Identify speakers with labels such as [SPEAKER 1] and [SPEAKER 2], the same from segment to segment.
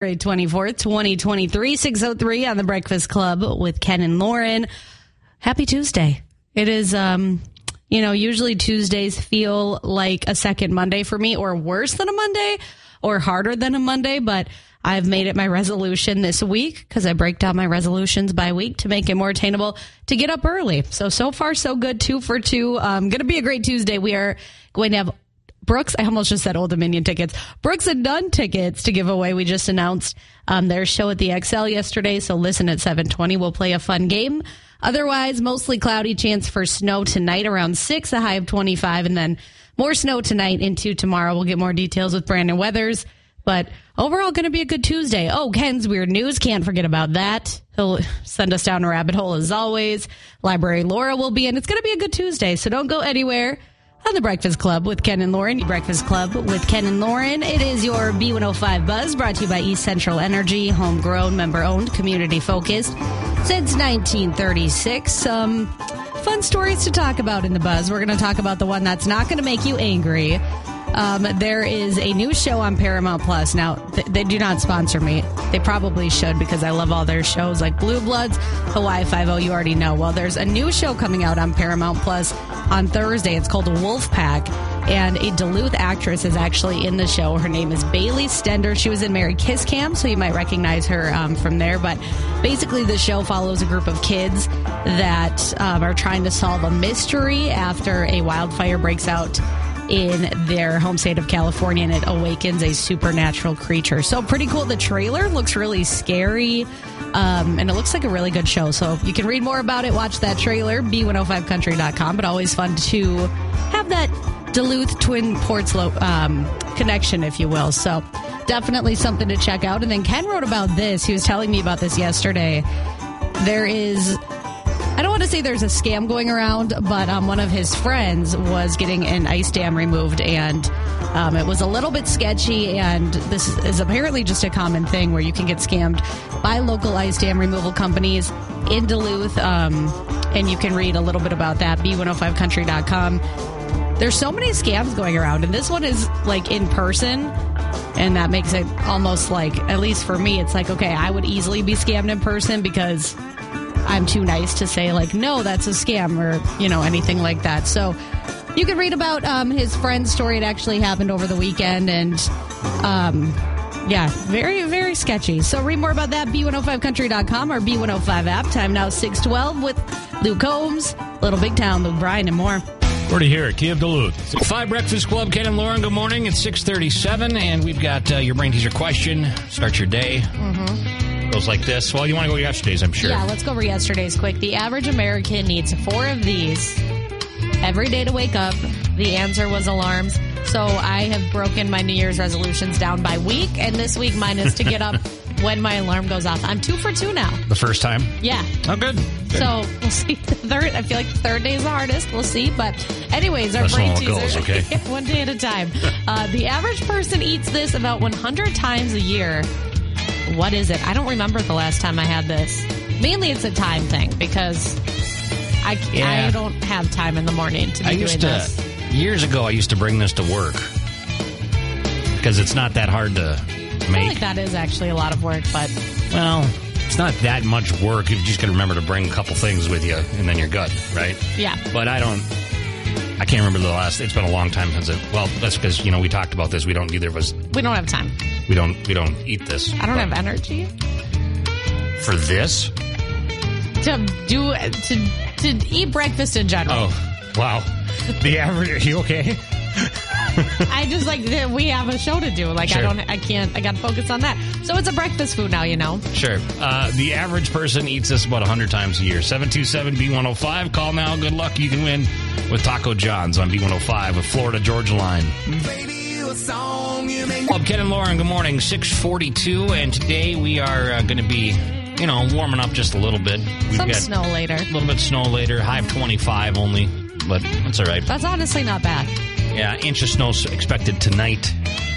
[SPEAKER 1] February 24th, 2023, 603 on the Breakfast Club with Ken and Lauren. Happy Tuesday. It is, um, you know, usually Tuesdays feel like a second Monday for me or worse than a Monday or harder than a Monday, but I've made it my resolution this week because I break down my resolutions by week to make it more attainable to get up early. So, so far, so good. Two for two. Um, going to be a great Tuesday. We are going to have Brooks, I almost just said Old Dominion tickets. Brooks and Dunn tickets to give away. We just announced um, their show at the XL yesterday, so listen at 7:20. We'll play a fun game. Otherwise, mostly cloudy, chance for snow tonight around six, a high of 25, and then more snow tonight into tomorrow. We'll get more details with Brandon Weathers, but overall, going to be a good Tuesday. Oh, Ken's weird news. Can't forget about that. He'll send us down a rabbit hole as always. Library Laura will be in. It's going to be a good Tuesday, so don't go anywhere on the Breakfast Club with Ken and Lauren. Breakfast Club with Ken and Lauren. It is your B105 Buzz brought to you by East Central Energy, homegrown, member owned, community focused since Um, 1936. Some fun stories to talk about in the Buzz. We're going to talk about the one that's not going to make you angry. Um, there is a new show on Paramount Plus. Now, th- they do not sponsor me. They probably should because I love all their shows like Blue Bloods, Hawaii Five-O, you already know. Well, there's a new show coming out on Paramount Plus on Thursday. It's called Wolf Pack. And a Duluth actress is actually in the show. Her name is Bailey Stender. She was in Mary Kiss Cam, so you might recognize her um, from there. But basically, the show follows a group of kids that um, are trying to solve a mystery after a wildfire breaks out in their home state of California and it awakens a supernatural creature. So pretty cool. The trailer looks really scary. Um, and it looks like a really good show. So you can read more about it, watch that trailer, b105country.com. But always fun to have that Duluth Twin Ports lo- um, connection, if you will. So definitely something to check out. And then Ken wrote about this. He was telling me about this yesterday. There is I don't want to say there's a scam going around, but um, one of his friends was getting an ice dam removed, and um, it was a little bit sketchy. And this is apparently just a common thing where you can get scammed by local ice dam removal companies in Duluth. Um, and you can read a little bit about that b105country.com there's so many scams going around and this one is like in person and that makes it almost like at least for me it's like okay i would easily be scammed in person because i'm too nice to say like no that's a scam or you know anything like that so you can read about um, his friend's story it actually happened over the weekend and um, yeah very very sketchy so read more about that b105country.com or b105 app time now 612 with luke combs little big town luke bryan and more
[SPEAKER 2] Already here at Key of Duluth. Five Breakfast Club, Ken and Lauren, good morning. It's 637, and we've got uh, your brain teaser question. Start your day. Goes like this. Well, you want to go to yesterday's, I'm sure.
[SPEAKER 1] Mm-hmm. Yeah, let's go over yesterday's quick. The average American needs four of these every day to wake up. The answer was alarms. So I have broken my New Year's resolutions down by week, and this week mine is to get up when my alarm goes off. I'm two for two now.
[SPEAKER 2] The first time.
[SPEAKER 1] Yeah.
[SPEAKER 2] Oh, good. Good.
[SPEAKER 1] So we'll see. The third, I feel like the third day is the hardest. We'll see. But, anyways, our
[SPEAKER 2] That's
[SPEAKER 1] brain
[SPEAKER 2] how it
[SPEAKER 1] teaser.
[SPEAKER 2] goes, okay?
[SPEAKER 1] Yeah, one day at a time. Uh, the average person eats this about 100 times a year. What is it? I don't remember the last time I had this. Mainly, it's a time thing because I
[SPEAKER 2] Yeah.
[SPEAKER 1] I don't have time in the morning to be
[SPEAKER 2] I
[SPEAKER 1] doing
[SPEAKER 2] used to,
[SPEAKER 1] this.
[SPEAKER 2] years ago, I used to bring this to work because it's not that hard to
[SPEAKER 1] I feel
[SPEAKER 2] make.
[SPEAKER 1] like that is actually a lot of work, but
[SPEAKER 2] Well, it's not that much work. You just got to remember to bring a couple things with you, and then you're good, right?
[SPEAKER 1] Yeah.
[SPEAKER 2] But I don't. I can't remember the last. It's been a long time since. I, well, that's because you know we talked about this. We don't. Neither of us.
[SPEAKER 1] we don't have time.
[SPEAKER 2] We don't. We don't eat this.
[SPEAKER 1] I don't
[SPEAKER 2] But
[SPEAKER 1] have energy
[SPEAKER 2] for this.
[SPEAKER 1] to do to to eat breakfast in general.
[SPEAKER 2] Oh, wow. The average. Are you okay?
[SPEAKER 1] I just like that we have a show to do. Like I
[SPEAKER 2] Sure.
[SPEAKER 1] don't, I can't, I got to focus on that. So it's a breakfast food now, you know.
[SPEAKER 2] Sure. Uh, the average person eats this about 100 times a year. 727B105. Call now. Good luck. You can win with Taco John's on B105 with Florida Georgia Line. Club Ken and Lauren, good morning. 642. And today we are uh, going to be, you know, warming up just a little bit. We've
[SPEAKER 1] Some
[SPEAKER 2] got
[SPEAKER 1] snow later.
[SPEAKER 2] a little bit of snow later. High of 25 only. But that's all right.
[SPEAKER 1] That's honestly not bad.
[SPEAKER 2] Yeah, inch of snow expected tonight.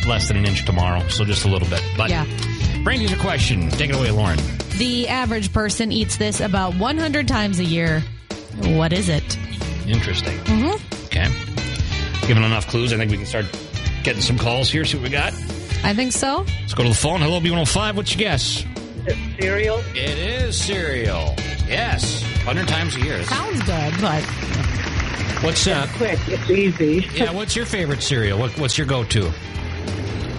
[SPEAKER 2] Less than an inch tomorrow. So just a little bit. But
[SPEAKER 1] Yeah.
[SPEAKER 2] Brain teaser question. Take it away, Lauren.
[SPEAKER 1] The average person eats this about 100 times a year. What is it?
[SPEAKER 2] Interesting. Mm-hmm. Okay. Given enough clues, I think we can start getting some calls here. See what we got.
[SPEAKER 3] I think so.
[SPEAKER 2] Let's go to the phone. Hello, B105. What's your guess?
[SPEAKER 4] cereal.
[SPEAKER 2] It is cereal. Yes. 100 times a year.
[SPEAKER 1] Sounds good, but
[SPEAKER 2] What's uh,
[SPEAKER 4] Quick, it's easy.
[SPEAKER 2] yeah, what's your favorite cereal? What, what's your go to?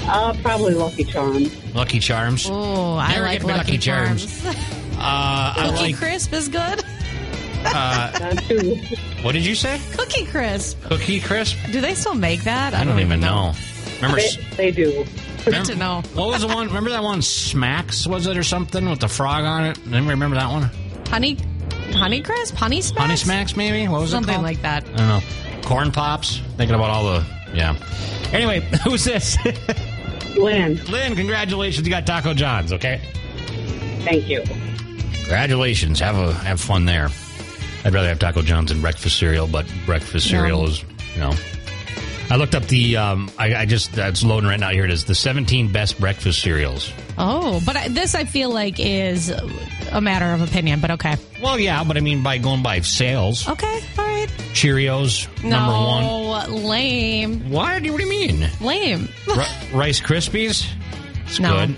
[SPEAKER 4] Uh, probably Lucky Charms.
[SPEAKER 2] Lucky Charms. Uh,
[SPEAKER 1] oh, I
[SPEAKER 2] Never
[SPEAKER 1] like
[SPEAKER 2] get Lucky
[SPEAKER 1] Lucky,
[SPEAKER 2] Charms.
[SPEAKER 1] Charms.
[SPEAKER 2] I
[SPEAKER 1] Cookie
[SPEAKER 2] like.
[SPEAKER 1] Crisp is good.
[SPEAKER 4] Not too.
[SPEAKER 2] What did you say?
[SPEAKER 1] Cookie Crisp.
[SPEAKER 2] Cookie crisp?
[SPEAKER 1] Do they still make that?
[SPEAKER 2] I don't even know. Remember,
[SPEAKER 4] They, they do.
[SPEAKER 2] remember
[SPEAKER 1] to know.
[SPEAKER 2] what was the one? Remember that one? Smacks was it or something with the frog on it? Anybody remember that one?
[SPEAKER 1] Honey, Honey Crisp, Honey Smacks,
[SPEAKER 2] Honey Smacks, maybe. What was it
[SPEAKER 1] something
[SPEAKER 2] called?
[SPEAKER 1] like that.
[SPEAKER 2] I don't know. Corn pops. Thinking about all the yeah. Anyway, who's this?
[SPEAKER 4] Lynn,
[SPEAKER 2] Lynn, congratulations! You got Taco John's. Okay.
[SPEAKER 4] thank you.
[SPEAKER 2] Congratulations. Have a have fun there. I'd rather have Taco John's than breakfast cereal, but breakfast cereal is you know. I looked up the um, I, I just that's loading right now. Here it is: the 17 best breakfast cereals.
[SPEAKER 1] Oh, but I, this I feel like is a matter of opinion. But okay,
[SPEAKER 2] Well, yeah, but I mean by going by sales,
[SPEAKER 1] okay, all right.
[SPEAKER 2] Cheerios number one.
[SPEAKER 1] no, lame,
[SPEAKER 2] Why? do you- What do you mean?
[SPEAKER 1] lame,
[SPEAKER 2] R- Rice Krispies. It's
[SPEAKER 1] No.
[SPEAKER 2] good.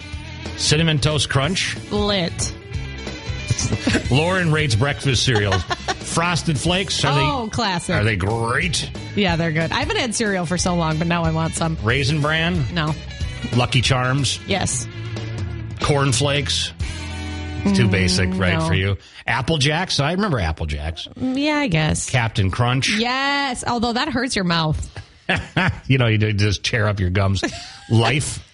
[SPEAKER 2] Cinnamon Toast Crunch.
[SPEAKER 1] lit.
[SPEAKER 2] Lauren rates breakfast cereals. Frosted Flakes. Are
[SPEAKER 1] oh,
[SPEAKER 2] they are
[SPEAKER 1] classic.
[SPEAKER 2] they great?
[SPEAKER 1] yeah, they're good. I haven't had cereal for so long, but now I want some.
[SPEAKER 2] Raisin Bran.
[SPEAKER 1] No,
[SPEAKER 2] Lucky Charms.
[SPEAKER 1] yes,
[SPEAKER 2] Corn Flakes. It's too basic, right,
[SPEAKER 1] Mm, no.
[SPEAKER 2] for you. Apple Jacks. I remember Apple Jacks.
[SPEAKER 1] Mm, yeah, I guess.
[SPEAKER 2] Captain Crunch.
[SPEAKER 1] Yes, although that hurts your mouth.
[SPEAKER 2] You know, you do- just tear up your gums. Life.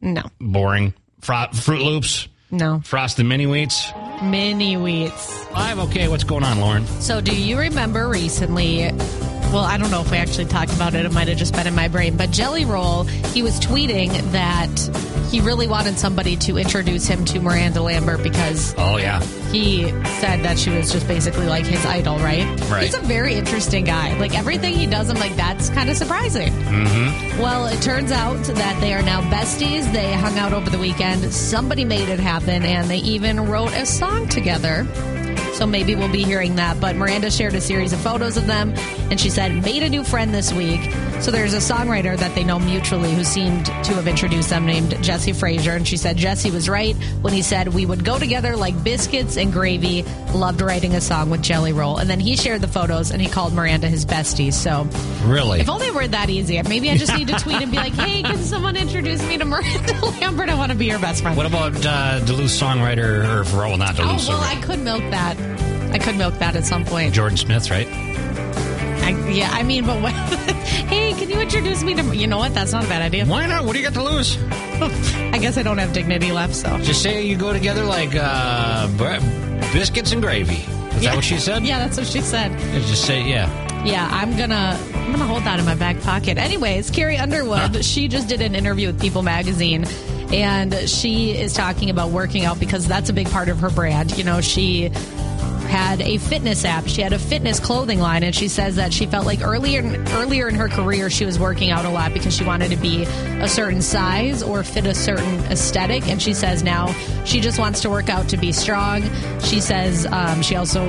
[SPEAKER 1] No,
[SPEAKER 2] Boring. Fro- Fruit Loops.
[SPEAKER 1] no,
[SPEAKER 2] Frosted Mini Wheats.
[SPEAKER 1] mini wheats.
[SPEAKER 2] Five. Okay, what's going on, Lauren?
[SPEAKER 1] So, do you remember recently? Well, I don't know if we actually talked about it. It might have just been in my brain. But Jelly Roll, he was tweeting that he really wanted somebody to introduce him to Miranda Lambert because
[SPEAKER 2] Oh yeah,
[SPEAKER 1] he said that she was just basically like his idol, right?
[SPEAKER 2] Right.
[SPEAKER 1] He's a very interesting guy. Like everything he does, I'm like, that's kind of surprising. Mm-hmm. Well, it turns out that they are now besties. They hung out over the weekend. Somebody made it happen, and they even wrote a song together. So maybe we'll be hearing that. But Miranda shared a series of photos of them, and she said, made a new friend this week. So there's a songwriter that they know mutually who seemed to have introduced them named Jesse Frazier. And she said, Jesse was right when he said, we would go together like biscuits and gravy. Loved writing a song with Jelly Roll. And then he shared the photos and he called Miranda his bestie. So
[SPEAKER 2] really?
[SPEAKER 1] if only it were that easy. Maybe I just need to tweet and be like, hey, can someone introduce me to Miranda Lambert? I want to be your best friend.
[SPEAKER 2] What about uh, Duluth songwriter, or for, well, not
[SPEAKER 1] Oh,
[SPEAKER 2] Duluth
[SPEAKER 1] well,
[SPEAKER 2] songwriter,
[SPEAKER 1] I could milk that. I could milk that at some point.
[SPEAKER 2] Jordan Smith, right?
[SPEAKER 1] I, yeah, I mean, but what, hey, can you introduce me to? You know what? That's not a bad idea.
[SPEAKER 2] Why not? What do you got to lose?
[SPEAKER 1] I guess I don't have dignity left, so.
[SPEAKER 2] Just say you go together like uh, br- biscuits and gravy. Is that what she said?
[SPEAKER 1] Yeah, that's what she said.
[SPEAKER 2] Just say yeah.
[SPEAKER 1] Yeah, I'm gonna I'm gonna hold that in my back pocket. Anyways, Carrie Underwood, she just did an interview with People Magazine and she is talking about working out because that's a big part of her brand. You know, she had a fitness app. She had a fitness clothing line and she says that she felt like earlier earlier in her career she was working out a lot because she wanted to be a certain size or fit a certain aesthetic and she says now she just wants to work out to be strong. She says um, she also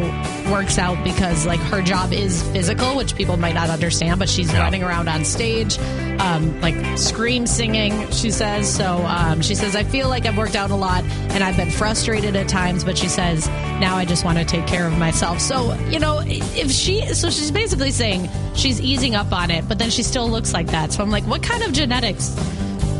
[SPEAKER 1] works out because like her job is physical, which people might not understand, but she's
[SPEAKER 2] Yeah.
[SPEAKER 1] running around on stage um, like scream singing, she says. So um, she says, I feel like I've worked out a lot and I've been frustrated at times, but she says, now I just want to take care of myself. So, you know, if she, so she's basically saying she's easing up on it, but then she still looks like that. So I'm like, what kind of genetics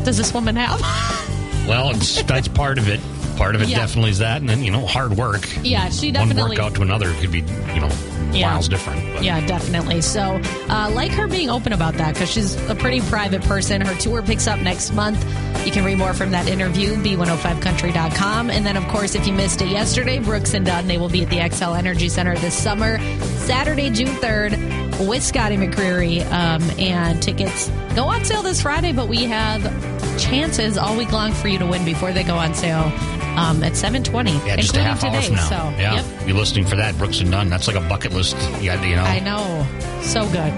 [SPEAKER 1] does this woman have?
[SPEAKER 2] Well, it's, that's part of it. Part of it
[SPEAKER 1] Yeah.
[SPEAKER 2] definitely is that, and then you know, hard work.
[SPEAKER 1] yeah, she
[SPEAKER 2] One
[SPEAKER 1] definitely.
[SPEAKER 2] workout to another could be, you know,
[SPEAKER 1] Yeah.
[SPEAKER 2] miles different. But.
[SPEAKER 1] Yeah, definitely. So, uh, like her being open about that because she's a pretty private person. Her tour picks up next month. You can read more from that interview, b105country.com. And then, of course, if you missed it yesterday, Brooks and Dunn, they will be at the XL Energy Center this summer, Saturday, June 3rd, with Scotty McCreery. Um, and tickets go on sale this Friday, but we have chances all week long for you to win before they go on sale um, at 720,
[SPEAKER 2] Yeah, just a
[SPEAKER 1] including
[SPEAKER 2] half hour
[SPEAKER 1] today.
[SPEAKER 2] from now.
[SPEAKER 1] So,
[SPEAKER 2] yeah,
[SPEAKER 1] yep.
[SPEAKER 2] you're listening for that, Brooks and Dunn. That's like a bucket list. You got, you know,
[SPEAKER 1] I know. So good.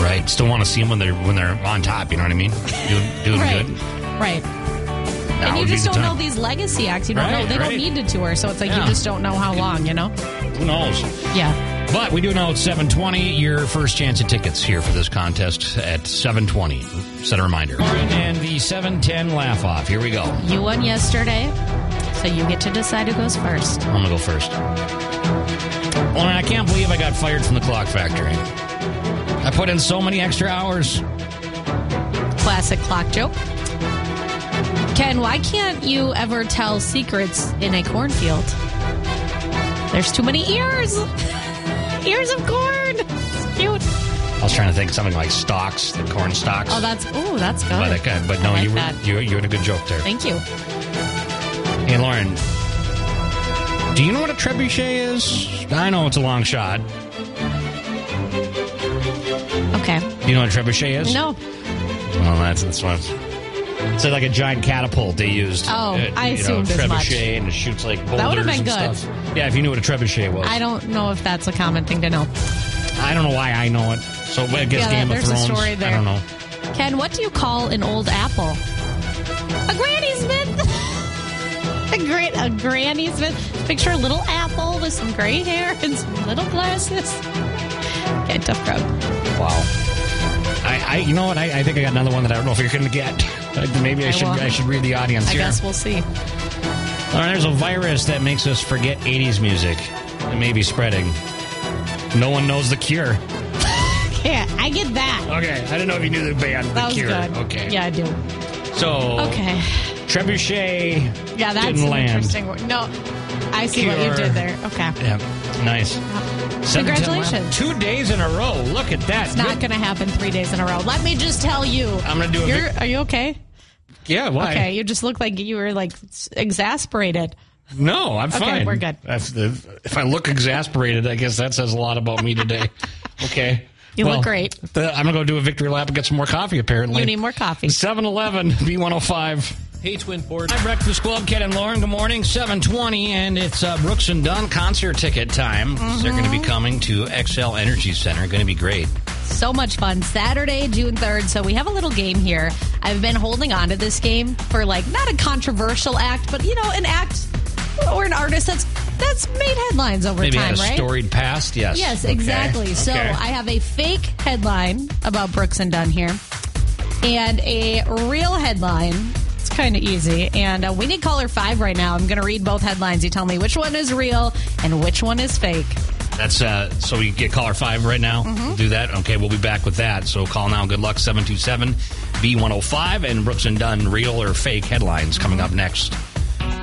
[SPEAKER 2] right? Still want to see them when they're when they're on top. You know what I mean? Doing, doing
[SPEAKER 1] Right.
[SPEAKER 2] good.
[SPEAKER 1] Right.
[SPEAKER 2] Now
[SPEAKER 1] and you
[SPEAKER 2] would be
[SPEAKER 1] just
[SPEAKER 2] the
[SPEAKER 1] don't know
[SPEAKER 2] time.
[SPEAKER 1] these legacy acts. You don't
[SPEAKER 2] Right,
[SPEAKER 1] know. They
[SPEAKER 2] right.
[SPEAKER 1] don't need to tour. So it's like
[SPEAKER 2] Yeah.
[SPEAKER 1] you just don't know how long, you know?
[SPEAKER 2] Who knows?
[SPEAKER 1] Yeah.
[SPEAKER 2] But we do know it's 720. Your first chance at tickets here for this contest at 720. Set a reminder. And the 710 laugh off. Here we go. I'm
[SPEAKER 1] You won yesterday, so you get to decide who goes first.
[SPEAKER 2] going to go first. Well, I can't believe I got fired from the clock factory. I put in so many extra hours.
[SPEAKER 1] Classic clock joke. Ken, why can't you ever tell secrets in a cornfield? There's too many ears. Ears of corn. It's cute.
[SPEAKER 2] I was trying to think of something like stocks, the corn stocks.
[SPEAKER 1] Oh, that's ooh, that's good.
[SPEAKER 2] but, I can't- but no,
[SPEAKER 1] I like
[SPEAKER 2] you, were,
[SPEAKER 1] that.
[SPEAKER 2] you, you had a good joke there.
[SPEAKER 1] Thank you.
[SPEAKER 2] Hey, Lauren, do you know what a trebuchet is? I know it's a long shot.
[SPEAKER 1] Okay.
[SPEAKER 2] Do you know what a trebuchet is?
[SPEAKER 1] No.
[SPEAKER 2] Well, that's this one. It's like a giant catapult they used.
[SPEAKER 1] Oh,
[SPEAKER 2] It-
[SPEAKER 1] I
[SPEAKER 2] you
[SPEAKER 1] assumed
[SPEAKER 2] know,
[SPEAKER 1] as
[SPEAKER 2] trebuchet
[SPEAKER 1] much.
[SPEAKER 2] and it shoots like boulders
[SPEAKER 1] would've been
[SPEAKER 2] and
[SPEAKER 1] good.
[SPEAKER 2] stuff. Yeah, if you knew what a trebuchet was.
[SPEAKER 1] I don't know if that's a common thing to know.
[SPEAKER 2] I don't know why I know it. So I guess
[SPEAKER 1] Yeah,
[SPEAKER 2] Game of
[SPEAKER 1] there's a
[SPEAKER 2] Thrones.
[SPEAKER 1] story there.
[SPEAKER 2] I don't know.
[SPEAKER 1] Ken, what do you call an old apple? A granny smith. a great a granny smith. Picture a little apple with some gray hair and some little glasses. Okay, tough crowd.
[SPEAKER 2] Wow. I, I you know what? I, I think I got another one that I don't know if you're going to get. Maybe I,
[SPEAKER 1] I
[SPEAKER 2] should
[SPEAKER 1] will.
[SPEAKER 2] I should read the audience
[SPEAKER 1] I
[SPEAKER 2] here.
[SPEAKER 1] guess we'll see.
[SPEAKER 2] All right, there's a virus that makes us forget 80s music. It may be spreading. No one knows the cure.
[SPEAKER 1] Yeah, I get that.
[SPEAKER 2] Okay, I didn't know if you knew the band. The
[SPEAKER 1] That was
[SPEAKER 2] cure.
[SPEAKER 1] good.
[SPEAKER 2] Okay.
[SPEAKER 1] Yeah, I do.
[SPEAKER 2] So
[SPEAKER 1] Okay.
[SPEAKER 2] Trebuchet.
[SPEAKER 1] Yeah, that's
[SPEAKER 2] didn't
[SPEAKER 1] an
[SPEAKER 2] land.
[SPEAKER 1] interesting word. No, I see what you
[SPEAKER 2] Cure.
[SPEAKER 1] did there. Okay.
[SPEAKER 2] Yeah, nice. Seven, ten,
[SPEAKER 1] Congratulations.
[SPEAKER 2] eleven. Two days in a row. Look at that.
[SPEAKER 1] It's not going to happen three days in a row. Let me just tell you.
[SPEAKER 2] I'm gonna do a
[SPEAKER 1] You're, are you okay?
[SPEAKER 2] yeah, why?
[SPEAKER 1] Okay, you just look like you were like exasperated.
[SPEAKER 2] No, I'm fine.
[SPEAKER 1] we're good.
[SPEAKER 2] If, if, if I look exasperated, I guess that says a lot about me today. okay.
[SPEAKER 1] You look great.
[SPEAKER 2] the- I'm going to go do a victory lap and get some more coffee, apparently.
[SPEAKER 1] You need more coffee.
[SPEAKER 2] 7 Eleven, B105. Hey, Twin Port. Hi, Breakfast Club. Ken and Lauren, good morning. 720, and it's uh, Brooks and Dunn concert ticket time.
[SPEAKER 1] Mm-hmm.
[SPEAKER 2] They're going to be coming to XL Energy Center. Going to be great.
[SPEAKER 1] So much fun. Saturday, June 3rd. So we have a little game here. I've been holding on to this game for like not a controversial act, but you know, an act or an artist that's that's made headlines over
[SPEAKER 2] Maybe
[SPEAKER 1] time,
[SPEAKER 2] had a
[SPEAKER 1] right?
[SPEAKER 2] storied past. Yes.
[SPEAKER 1] Yes,
[SPEAKER 2] Okay.
[SPEAKER 1] exactly. So
[SPEAKER 2] Okay.
[SPEAKER 1] I have a fake headline about Brooks and Dunn here, and a real headline. It's kind of easy, and uh, we need caller five right now. I'm going to read both headlines. You tell me which one is real and which one is fake.
[SPEAKER 2] That's uh, so we get caller five right now.
[SPEAKER 1] Mm-hmm.
[SPEAKER 2] Do that. Okay, we'll be back with that. So call now. Good luck. 727 B105 and Brooks and Dunn, real or fake headlines coming up next.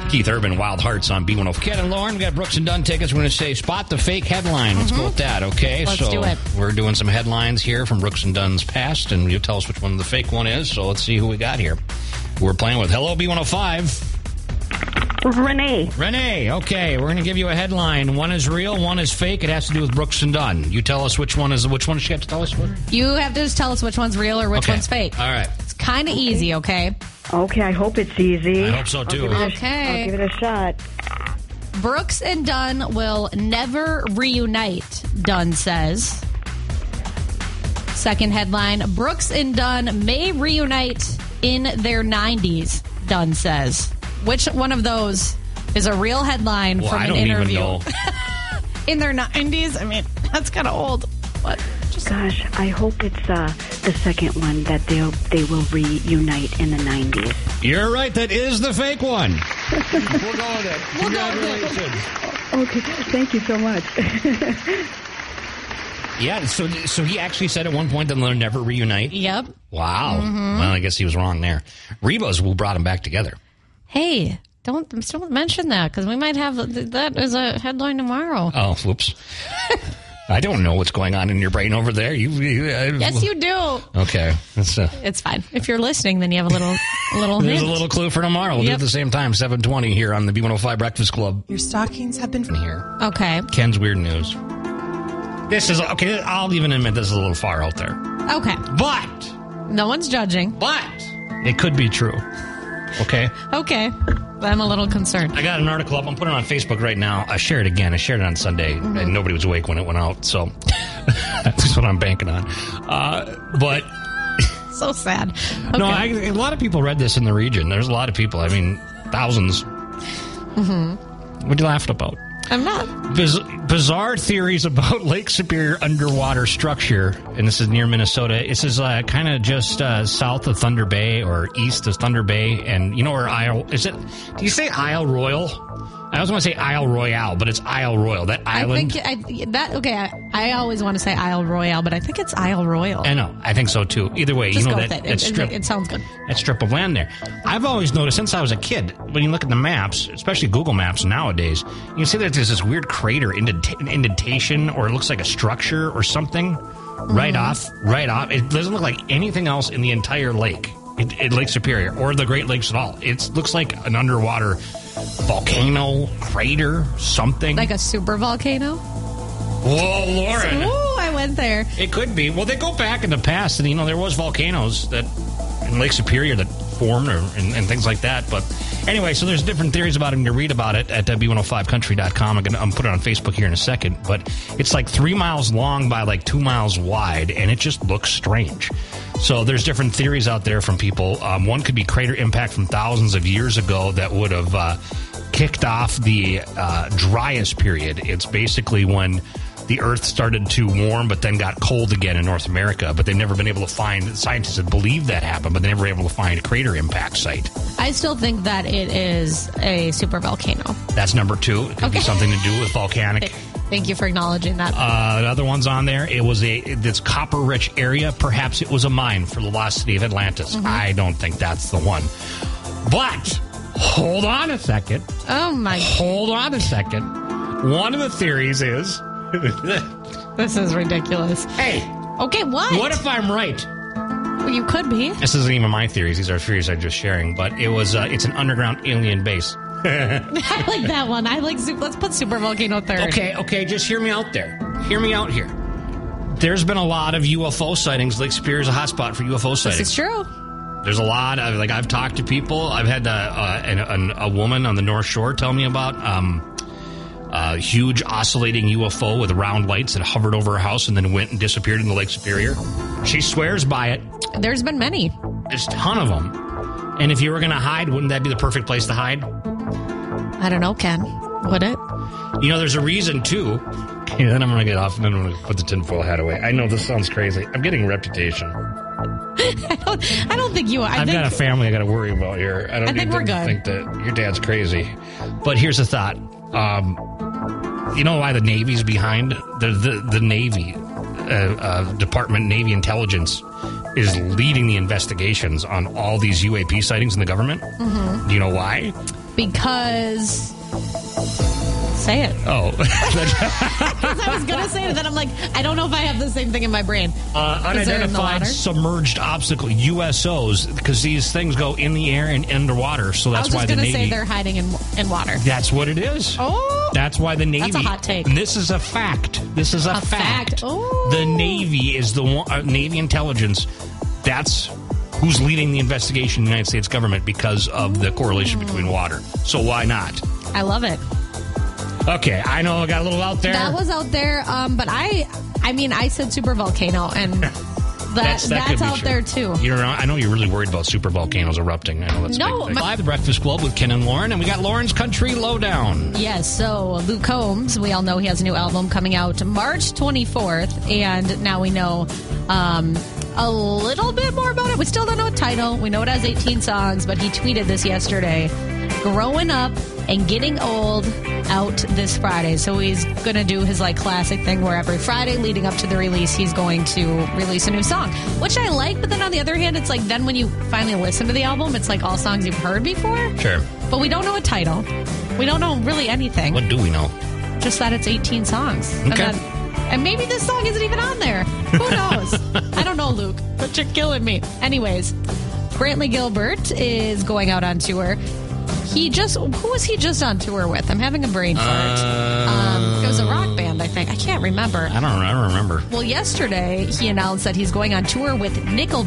[SPEAKER 2] Keith Urban, Wild Hearts on B105. Ken and Lauren, we got Brooks and Dunn tickets. We're going to say spot the fake headline. Let's go with that, okay?
[SPEAKER 1] Mm-hmm. Let's
[SPEAKER 2] so
[SPEAKER 1] do it.
[SPEAKER 2] we're doing some headlines here from Brooks and Dunn's past, and you'll tell us which one the fake one is. So let's see who we got here. We're playing with Hello B105.
[SPEAKER 4] Renee.
[SPEAKER 2] Renee, okay, we're going to give you a headline. One is real, one is fake. It has to do with Brooks and Dunn. You tell us which one is which one. Does she have to tell us what?
[SPEAKER 1] You have to just tell us which one's real or which
[SPEAKER 2] Okay.
[SPEAKER 1] one's fake.
[SPEAKER 2] All right.
[SPEAKER 1] It's kind of easy, okay?
[SPEAKER 4] Okay, I hope it's easy.
[SPEAKER 2] I hope so, too.
[SPEAKER 4] I'll give it a-
[SPEAKER 1] Okay.
[SPEAKER 4] I'll give it a shot.
[SPEAKER 1] Brooks and Dunn will never reunite, Dunn says. Second headline Brooks and Dunn may reunite in their 90s, Dunn says. Which one of those is a real headline
[SPEAKER 2] Well,
[SPEAKER 1] from
[SPEAKER 2] I
[SPEAKER 1] an
[SPEAKER 2] don't
[SPEAKER 1] interview?
[SPEAKER 2] even know.
[SPEAKER 1] In their 90s? I mean, that's kind of old. What? Just
[SPEAKER 5] Gosh, I hope it's uh, the second one that they will they will reunite in the '90s.
[SPEAKER 2] You're right. That is the fake one. we'll go with it. Congratulations.
[SPEAKER 5] Okay, thank you so much.
[SPEAKER 2] Yeah. So so he actually said at one point that they'll never reunite.
[SPEAKER 1] Yep.
[SPEAKER 2] Wow.
[SPEAKER 1] Mm-hmm.
[SPEAKER 2] Well, I guess he was wrong there. Reba's who brought them back together.
[SPEAKER 1] Hey, don't don't mention that because we might have that is a headline tomorrow.
[SPEAKER 2] Oh, whoops. I don't know what's going on in your brain over there. You. you uh,
[SPEAKER 1] Yes, you do.
[SPEAKER 2] Okay. That's uh,
[SPEAKER 1] It's fine. If you're listening, then you have a little a little
[SPEAKER 2] There's a
[SPEAKER 1] hint.
[SPEAKER 2] little clue for tomorrow. We'll do it
[SPEAKER 1] Yep.
[SPEAKER 2] at the same time, 720 here on the B105 Breakfast Club.
[SPEAKER 6] Your stockings have been.
[SPEAKER 2] Here.
[SPEAKER 1] Okay.
[SPEAKER 2] Ken's Weird News. This is, okay, I'll even admit this is a little far out there.
[SPEAKER 1] Okay.
[SPEAKER 2] But,
[SPEAKER 1] No one's judging.
[SPEAKER 2] but, it could be true. Okay?
[SPEAKER 1] Okay. I'm a little concerned.
[SPEAKER 2] I got an article up. I'm putting it on Facebook right now. I shared it again. I shared it on Sunday,
[SPEAKER 1] Mm-hmm.
[SPEAKER 2] and nobody was awake when it went out. So, that's what I'm banking on. Uh, but,
[SPEAKER 1] So sad. Okay.
[SPEAKER 2] no, I, a lot of people read this in the
[SPEAKER 1] Mm-hmm.
[SPEAKER 2] region. There's a lot of people. I mean, 1000s What you laughed about?
[SPEAKER 1] I'm not.
[SPEAKER 2] Biz- bizarre theories about Lake Superior underwater structure, and this is near Minnesota. This is uh, kind of just uh, south of Thunder Bay or east of Thunder Bay, and you know where Isle is it? Do you say Isle Royal? I always want to say Isle Royale, but it's Isle Royal. That island.
[SPEAKER 1] I think I, that okay. I, I always want to say Isle Royale, but I think it's Isle Royal.
[SPEAKER 2] I know. I think so too. Either way,
[SPEAKER 1] Just
[SPEAKER 2] you know
[SPEAKER 1] go
[SPEAKER 2] that,
[SPEAKER 1] with it.
[SPEAKER 2] that
[SPEAKER 1] It-
[SPEAKER 2] strip
[SPEAKER 1] it. It sounds good.
[SPEAKER 2] that strip of land there. I've always noticed since I was a kid, when you look at the maps, especially Google Maps nowadays, you can see that there's this weird crater indent- indentation, or it looks like a structure or something.
[SPEAKER 1] Mm-hmm.
[SPEAKER 2] Right off, right off. It doesn't look like anything else in the entire lake, it, it, Lake Superior, or the Great Lakes at all. It looks like an underwater volcano, crater, something.
[SPEAKER 1] Like a super volcano.
[SPEAKER 2] whoa, Lauren!
[SPEAKER 1] Ooh, I went there.
[SPEAKER 2] It could be. Well, they go back in the past, and you know there was volcanoes that in Lake Superior that formed or, and, and things like that. But anyway, so there's different theories about it. and You can read about it at w105country.com. I'm gonna I'm put it on Facebook here in a second. But it's like three miles long by like two miles wide, and it just looks strange. So there's different theories out there from people. Um, one could be crater impact from thousands of years ago that would have uh, kicked off the uh, driest period. It's basically when the Earth started to warm, but then got cold again in North America. But they've never been able to find. Scientists have believed that happened, but they never were able to find a crater impact site.
[SPEAKER 1] I still think that it is a super volcano.
[SPEAKER 2] That's number two. It could be
[SPEAKER 1] Okay.
[SPEAKER 2] something to do with volcanic.
[SPEAKER 1] Thank you for acknowledging that.
[SPEAKER 2] Uh, the other one's on there. It was a this copper rich area. Perhaps it was a mine for the lost city of Atlantis. I don't think that's the one. But hold on a second.
[SPEAKER 1] oh my,
[SPEAKER 2] Hold on a second. One of the theories is,
[SPEAKER 1] this is ridiculous.
[SPEAKER 2] hey,
[SPEAKER 1] Okay, what?
[SPEAKER 2] what if I'm right?
[SPEAKER 1] you could be?
[SPEAKER 2] This isn't even my theories; these are theories I'm just sharing. But it was uh, it's an underground alien base.
[SPEAKER 1] I like that one. I like. Super, let's put super volcano third.
[SPEAKER 2] Okay, okay, just hear me out there. Hear me out here. There's been a lot of UFO sightings. Lake Superior is a hotspot for UFO sightings.
[SPEAKER 1] this is true.
[SPEAKER 2] There's a lot of like I've talked to people. I've had uh, uh, an, an, a woman on the North Shore tell me about um, a huge oscillating UFO with round lights that hovered over her house and then went and disappeared in the Lake Superior. She swears by it.
[SPEAKER 1] There's been many.
[SPEAKER 2] There's a ton of them. And if you were going to hide, wouldn't that be the perfect place to hide?
[SPEAKER 1] I don't know, Ken. Would it?
[SPEAKER 2] You know, there's a reason too. Okay, then I'm going to get off and then I'm going to put the tinfoil hat away. I know this sounds crazy. I'm getting reputation.
[SPEAKER 1] I don't. I don't think you. Are. I
[SPEAKER 2] I've
[SPEAKER 1] think
[SPEAKER 2] got a family I got to worry about here. I don't
[SPEAKER 1] I think
[SPEAKER 2] need
[SPEAKER 1] we're
[SPEAKER 2] them to
[SPEAKER 1] good.
[SPEAKER 2] think that your dad's crazy. But here's the thought. Um, you know why the Navy's behind? The the, the Navy uh, uh, Department Navy Intelligence is leading the investigations on all these UAP sightings in the government.
[SPEAKER 1] Mm-hmm.
[SPEAKER 2] Do you know why?
[SPEAKER 1] because. Say it.
[SPEAKER 2] Oh,
[SPEAKER 1] I was gonna say it, then I'm like, I don't know if I have the same thing in my brain.
[SPEAKER 2] uh,
[SPEAKER 1] Is there in the
[SPEAKER 2] unidentified
[SPEAKER 1] water?
[SPEAKER 2] submerged obstacle USOs because these things go in the air and underwater. So
[SPEAKER 1] I
[SPEAKER 2] that's
[SPEAKER 1] was
[SPEAKER 2] why
[SPEAKER 1] just
[SPEAKER 2] the
[SPEAKER 1] gonna
[SPEAKER 2] Navy.
[SPEAKER 1] say they're hiding in in water.
[SPEAKER 2] That's what it is.
[SPEAKER 1] Oh.
[SPEAKER 2] That's why the Navy.
[SPEAKER 1] That's a hot take.
[SPEAKER 2] And this is a fact. This is a,
[SPEAKER 1] A fact. Oh.
[SPEAKER 2] The Navy is the one, uh, Navy intelligence. That's who's leading the investigation in the United States government because of the correlation
[SPEAKER 1] Hmm.
[SPEAKER 2] between water. So why not?
[SPEAKER 1] I love it.
[SPEAKER 2] Okay, I know I got a little out there.
[SPEAKER 1] That was out there, um, but I, I mean, I said super volcano, and that, that's,
[SPEAKER 2] could be
[SPEAKER 1] out
[SPEAKER 2] true.
[SPEAKER 1] there too.
[SPEAKER 2] You're, I know you're really worried about super volcanoes erupting. I know that's a
[SPEAKER 1] No,
[SPEAKER 2] big thing.
[SPEAKER 1] my-
[SPEAKER 2] Live the Breakfast Club with Ken and Lauren, and we got Lauren's Country Lowdown.
[SPEAKER 1] Yes, so Luke Combs, we all know he has a new album coming out March 24th, and now we know um, a little bit more about it. We still don't know a title. We know it has 18 songs, but he tweeted this yesterday Growing Up and Getting Old out this Friday. So he's going to do his like classic thing where every Friday leading up to the release, he's going to release a new song, which I like, but then on the other hand, it's like then when you finally listen to the album, it's like all songs you've heard before.
[SPEAKER 2] Sure.
[SPEAKER 1] But we don't know a title. We don't know really anything.
[SPEAKER 2] What do we know?
[SPEAKER 1] Just that it's 18 songs. And,
[SPEAKER 2] Okay.
[SPEAKER 1] and maybe this song isn't even on there. Who knows? I don't know, Luke, but you're killing me. Anyways, Brantley Gilbert is going out on tour. He just, who was he just on tour with? I'm having a brain
[SPEAKER 2] Uh,
[SPEAKER 1] fart. um, it was a rock band, I think. I can't remember.
[SPEAKER 2] I don't. I don't remember.
[SPEAKER 1] Well, yesterday he announced that he's going on tour with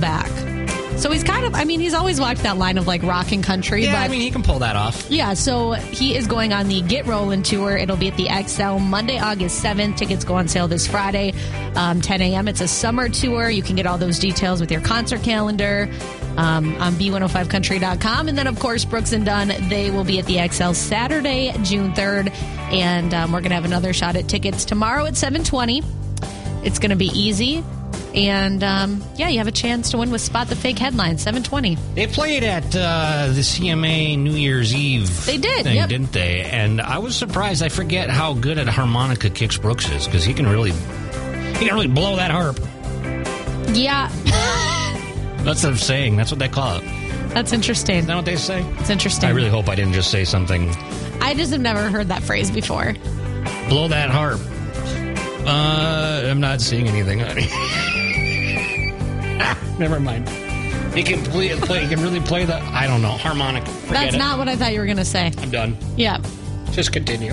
[SPEAKER 1] Nickelback. So he's kind of, I mean, he's always walked that line of like rock and country,
[SPEAKER 2] Yeah,
[SPEAKER 1] but
[SPEAKER 2] I mean he can pull that off.
[SPEAKER 1] yeah, so he is going on the Get Rollin' tour. It'll be at the XL Monday, August 7th. Tickets go on sale this Friday, um, 10 a.m. It's a summer tour. You can get all those details with your concert calendar. um, on B105country.com. And then, of course, Brooks and Dunn, they will be at the XL Saturday, June 3rd. And um, we're going to have another shot at tickets tomorrow at 720. It's going to be easy. And um, yeah, you have a chance to win with Spot the Fake Headline, 720.
[SPEAKER 2] They played at uh, the CMA New Year's Eve.
[SPEAKER 1] They did,
[SPEAKER 2] thing,
[SPEAKER 1] yep.
[SPEAKER 2] didn't they? And I was surprised. I forget how good at harmonica Kix Brooks is because he can really, he can really blow that harp.
[SPEAKER 1] Yeah,
[SPEAKER 2] That's what I'm saying. That's what they call it. Is
[SPEAKER 1] that's interesting.
[SPEAKER 2] that what they say?
[SPEAKER 1] It's interesting.
[SPEAKER 2] I really hope I didn't just say something.
[SPEAKER 1] I just have never heard that phrase before.
[SPEAKER 2] Blow that harp. Uh, I'm not seeing anything, honey. Never mind. He can play, play. He can really play the. I don't know harmonica. Forget
[SPEAKER 1] That's
[SPEAKER 2] it.
[SPEAKER 1] not what I thought you were going to say.
[SPEAKER 2] I'm done.
[SPEAKER 1] Yeah.
[SPEAKER 2] Just continue.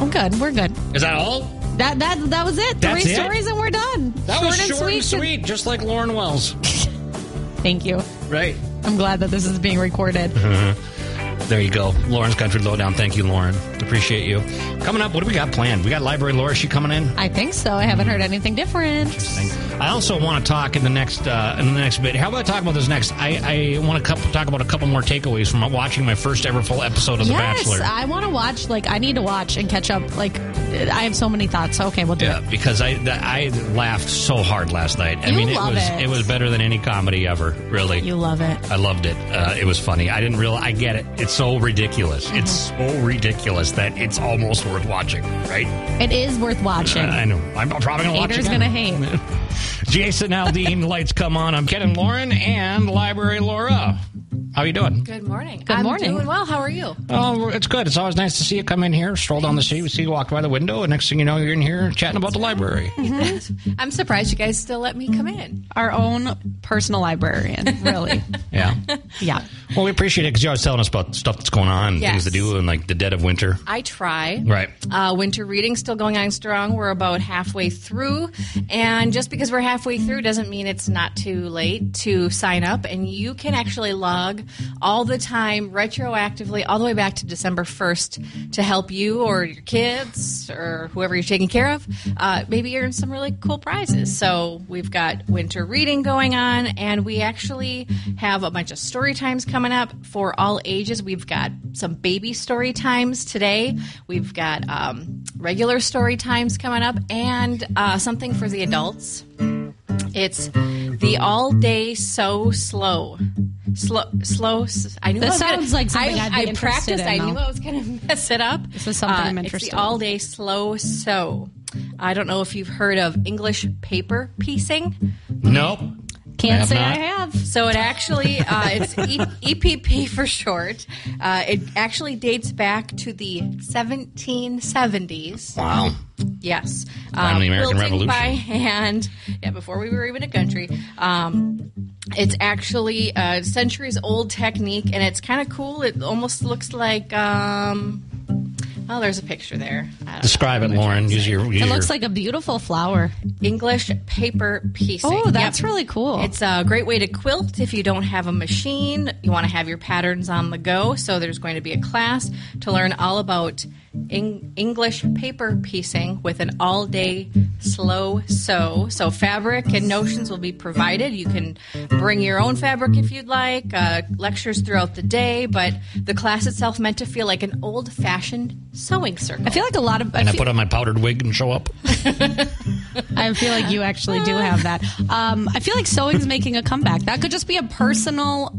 [SPEAKER 1] Oh, good. We're good.
[SPEAKER 2] Is that all?
[SPEAKER 1] That that that was it.
[SPEAKER 2] That's
[SPEAKER 1] Three
[SPEAKER 2] it?
[SPEAKER 1] stories and we're done.
[SPEAKER 2] That was
[SPEAKER 1] and
[SPEAKER 2] short and
[SPEAKER 1] sweet.
[SPEAKER 2] sweet, just like Lauren Wells.
[SPEAKER 1] Thank you.
[SPEAKER 2] right.
[SPEAKER 1] I'm glad that this is being recorded.
[SPEAKER 2] Mm-hmm. There you go. Lauren's Country Lowdown. Thank you, Lauren. Appreciate you. Coming up, what do we got planned? We got Library Laura. Is she coming in?
[SPEAKER 1] I think so. I haven't heard anything different.
[SPEAKER 2] I also want to talk in the next uh, in the next bit. How about talk about this next? I, I want to couple, talk about a couple more takeaways from watching my first ever full episode of The
[SPEAKER 1] Yes,
[SPEAKER 2] Bachelor.
[SPEAKER 1] I want to watch. Like, I need to watch and catch up. Like, I have so many thoughts. Okay, we'll do
[SPEAKER 2] yeah,
[SPEAKER 1] it.
[SPEAKER 2] because I that- I laughed so hard last night. I
[SPEAKER 1] You
[SPEAKER 2] mean, it
[SPEAKER 1] love
[SPEAKER 2] was
[SPEAKER 1] it.
[SPEAKER 2] was better than any comedy ever. Really,
[SPEAKER 1] You love it.
[SPEAKER 2] I loved it. Uh, it was funny. I didn't realize. I get it. It's so ridiculous.
[SPEAKER 1] Mm-hmm.
[SPEAKER 2] It's so ridiculous that it's almost worth watching, right?
[SPEAKER 1] It is worth watching.
[SPEAKER 2] I know. I'm probably going to watch
[SPEAKER 1] Haters
[SPEAKER 2] it. again.
[SPEAKER 1] gonna hate.
[SPEAKER 2] Jason Aldean, lights come on. I'm Ken and Lauren and Library Laura. How you doing?
[SPEAKER 6] Good morning.
[SPEAKER 1] Good
[SPEAKER 6] I'm
[SPEAKER 1] morning. Mm-hmm.
[SPEAKER 6] Doing well. How are you?
[SPEAKER 2] Oh, we're- it's good. It's always nice to see you come in here, stroll down the street, we see you walk by the window, and next thing you know, you're in here chatting about the library.
[SPEAKER 6] I'm surprised you guys still let me come in.
[SPEAKER 7] our own personal librarian, really.
[SPEAKER 2] Yeah.
[SPEAKER 1] Yeah.
[SPEAKER 2] Well, we appreciate it because you're always telling us about stuff that's going on,
[SPEAKER 6] Yes.
[SPEAKER 2] things to do, and like the dead of winter.
[SPEAKER 6] I try.
[SPEAKER 2] Right.
[SPEAKER 6] Uh, winter reading's still going on strong. We're about halfway through. And just because we're halfway through doesn't mean it's not too late to sign up. And you can actually log all the time, retroactively, all the way back to December 1st to help you or your kids or whoever you're taking care of uh, maybe earn some really cool prizes. So we've got winter reading going on. And we actually have a bunch of story times coming up for all ages. We've got some baby story times today. We've got um, regular story times coming up and uh, something for the adults. It's the all day so slow. Slow, slow. s- I knew
[SPEAKER 1] That
[SPEAKER 6] I was gonna-
[SPEAKER 1] sounds like something I'd be
[SPEAKER 6] I, I
[SPEAKER 1] interested
[SPEAKER 6] practiced.
[SPEAKER 1] in,
[SPEAKER 6] I
[SPEAKER 1] though.
[SPEAKER 6] knew I was going to mess it up. This
[SPEAKER 1] is something I'm
[SPEAKER 6] It's
[SPEAKER 1] interested
[SPEAKER 6] the all day slow so. I don't know if you've heard of English paper piecing.
[SPEAKER 2] Nope.
[SPEAKER 1] Can't
[SPEAKER 2] have
[SPEAKER 1] say
[SPEAKER 2] not.
[SPEAKER 1] I have.
[SPEAKER 6] So it actually, uh, it's e- EPP for short. Uh, it actually dates back to the 1770s.
[SPEAKER 2] Wow.
[SPEAKER 6] Yes.
[SPEAKER 2] Time of the American
[SPEAKER 6] quilting
[SPEAKER 2] Revolution.
[SPEAKER 6] By hand. Yeah, before we were even a country. Um, it's actually a centuries old technique, and it's kind of cool. It almost looks like. Um, oh, there's a picture there. I don't
[SPEAKER 2] Describe it, Lauren. Use your. Use
[SPEAKER 1] It looks
[SPEAKER 2] your-
[SPEAKER 1] like a beautiful flower.
[SPEAKER 6] English paper piecing.
[SPEAKER 1] Oh, that's
[SPEAKER 6] Yep.
[SPEAKER 1] really cool.
[SPEAKER 6] It's a great way to quilt if you don't have a machine. You want to have your patterns on the go. So there's going to be a class to learn all about Eng- English paper piecing with an all day slow sew. So fabric and notions will be provided. You can bring your own fabric if you'd like, uh, lectures throughout the day, but the class itself meant to feel like an old fashioned sewing circle.
[SPEAKER 1] I feel like a lot of. I
[SPEAKER 2] and I
[SPEAKER 1] feel-
[SPEAKER 2] put on my powdered wig and show up.
[SPEAKER 1] I feel like you actually do have that. Um, I feel like sewing's making a comeback. That could just be a personal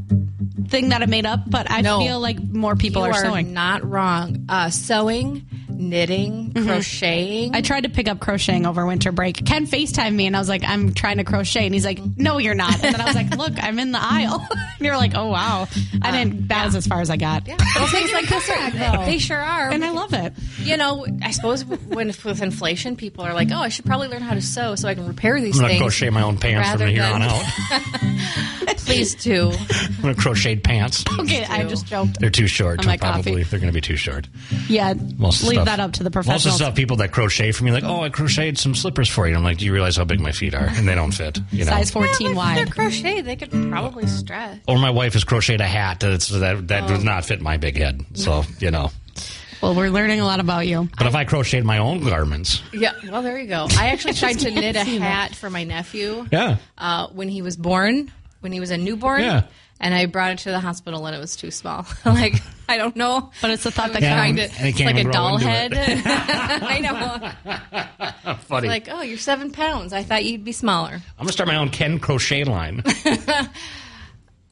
[SPEAKER 1] thing that I made up, but I
[SPEAKER 6] No.
[SPEAKER 1] feel like more people
[SPEAKER 6] you
[SPEAKER 1] are
[SPEAKER 6] are
[SPEAKER 1] sewing.
[SPEAKER 6] not wrong. Uh, sewing, knitting, crocheting.
[SPEAKER 1] Mm-hmm. I tried to pick up crocheting over winter break. Ken FaceTimed me and I was like, I'm trying to crochet. And he's like, No, you're not. And then I was like, Look, I'm in the aisle. and you're like, Oh, wow. I
[SPEAKER 6] Um,
[SPEAKER 1] didn't, that was as far as I got.
[SPEAKER 6] Well, things like this are, they sure are.
[SPEAKER 1] And I love it.
[SPEAKER 6] you know, I suppose when with inflation, people are like, "Oh, I should probably learn how to sew so I can repair these
[SPEAKER 2] I'm going to
[SPEAKER 6] things."
[SPEAKER 2] crochet my own pants from
[SPEAKER 6] rather
[SPEAKER 2] here on
[SPEAKER 6] than-
[SPEAKER 2] out.
[SPEAKER 6] Please do.
[SPEAKER 2] I'm going to crochet pants.
[SPEAKER 1] Okay, I just joked.
[SPEAKER 2] They're too short.
[SPEAKER 1] my
[SPEAKER 2] probably
[SPEAKER 1] coffee.
[SPEAKER 2] they're going to be too short.
[SPEAKER 1] Yeah,
[SPEAKER 2] Most of the
[SPEAKER 1] leave
[SPEAKER 2] stuff-
[SPEAKER 1] that up to the
[SPEAKER 2] Most of the
[SPEAKER 1] professionals.
[SPEAKER 2] stuff people that crochet for me, like, oh, I crocheted some slippers for you. And I'm like, do you realize how big my feet are? And they don't fit. You know.
[SPEAKER 1] Size 14
[SPEAKER 6] They're
[SPEAKER 1] wide.
[SPEAKER 6] crocheted; they could probably stretch.
[SPEAKER 2] Or my wife has crocheted a hat that's, that that does not fit my big head. So you know.
[SPEAKER 1] Well, we're learning a lot about you.
[SPEAKER 2] But if I crocheted my own garments,
[SPEAKER 6] Yeah. Well, there you go. I actually tried to knit a hat for my nephew
[SPEAKER 2] yeah,
[SPEAKER 6] uh, when he was born. when he was a newborn.
[SPEAKER 2] Yeah.
[SPEAKER 6] And I brought it to the hospital and it was too small. like, I don't know.
[SPEAKER 1] But it's the thought that
[SPEAKER 6] I
[SPEAKER 2] Yeah,
[SPEAKER 6] find
[SPEAKER 2] and
[SPEAKER 6] it.
[SPEAKER 2] it
[SPEAKER 6] It's
[SPEAKER 2] can't
[SPEAKER 6] like a
[SPEAKER 2] even grow
[SPEAKER 6] doll
[SPEAKER 2] into
[SPEAKER 6] head.
[SPEAKER 2] it.
[SPEAKER 6] I know.
[SPEAKER 2] Funny.
[SPEAKER 6] Like, oh, you're seven pounds. I thought you'd be smaller.
[SPEAKER 2] I'm gonna start my own Ken crochet line.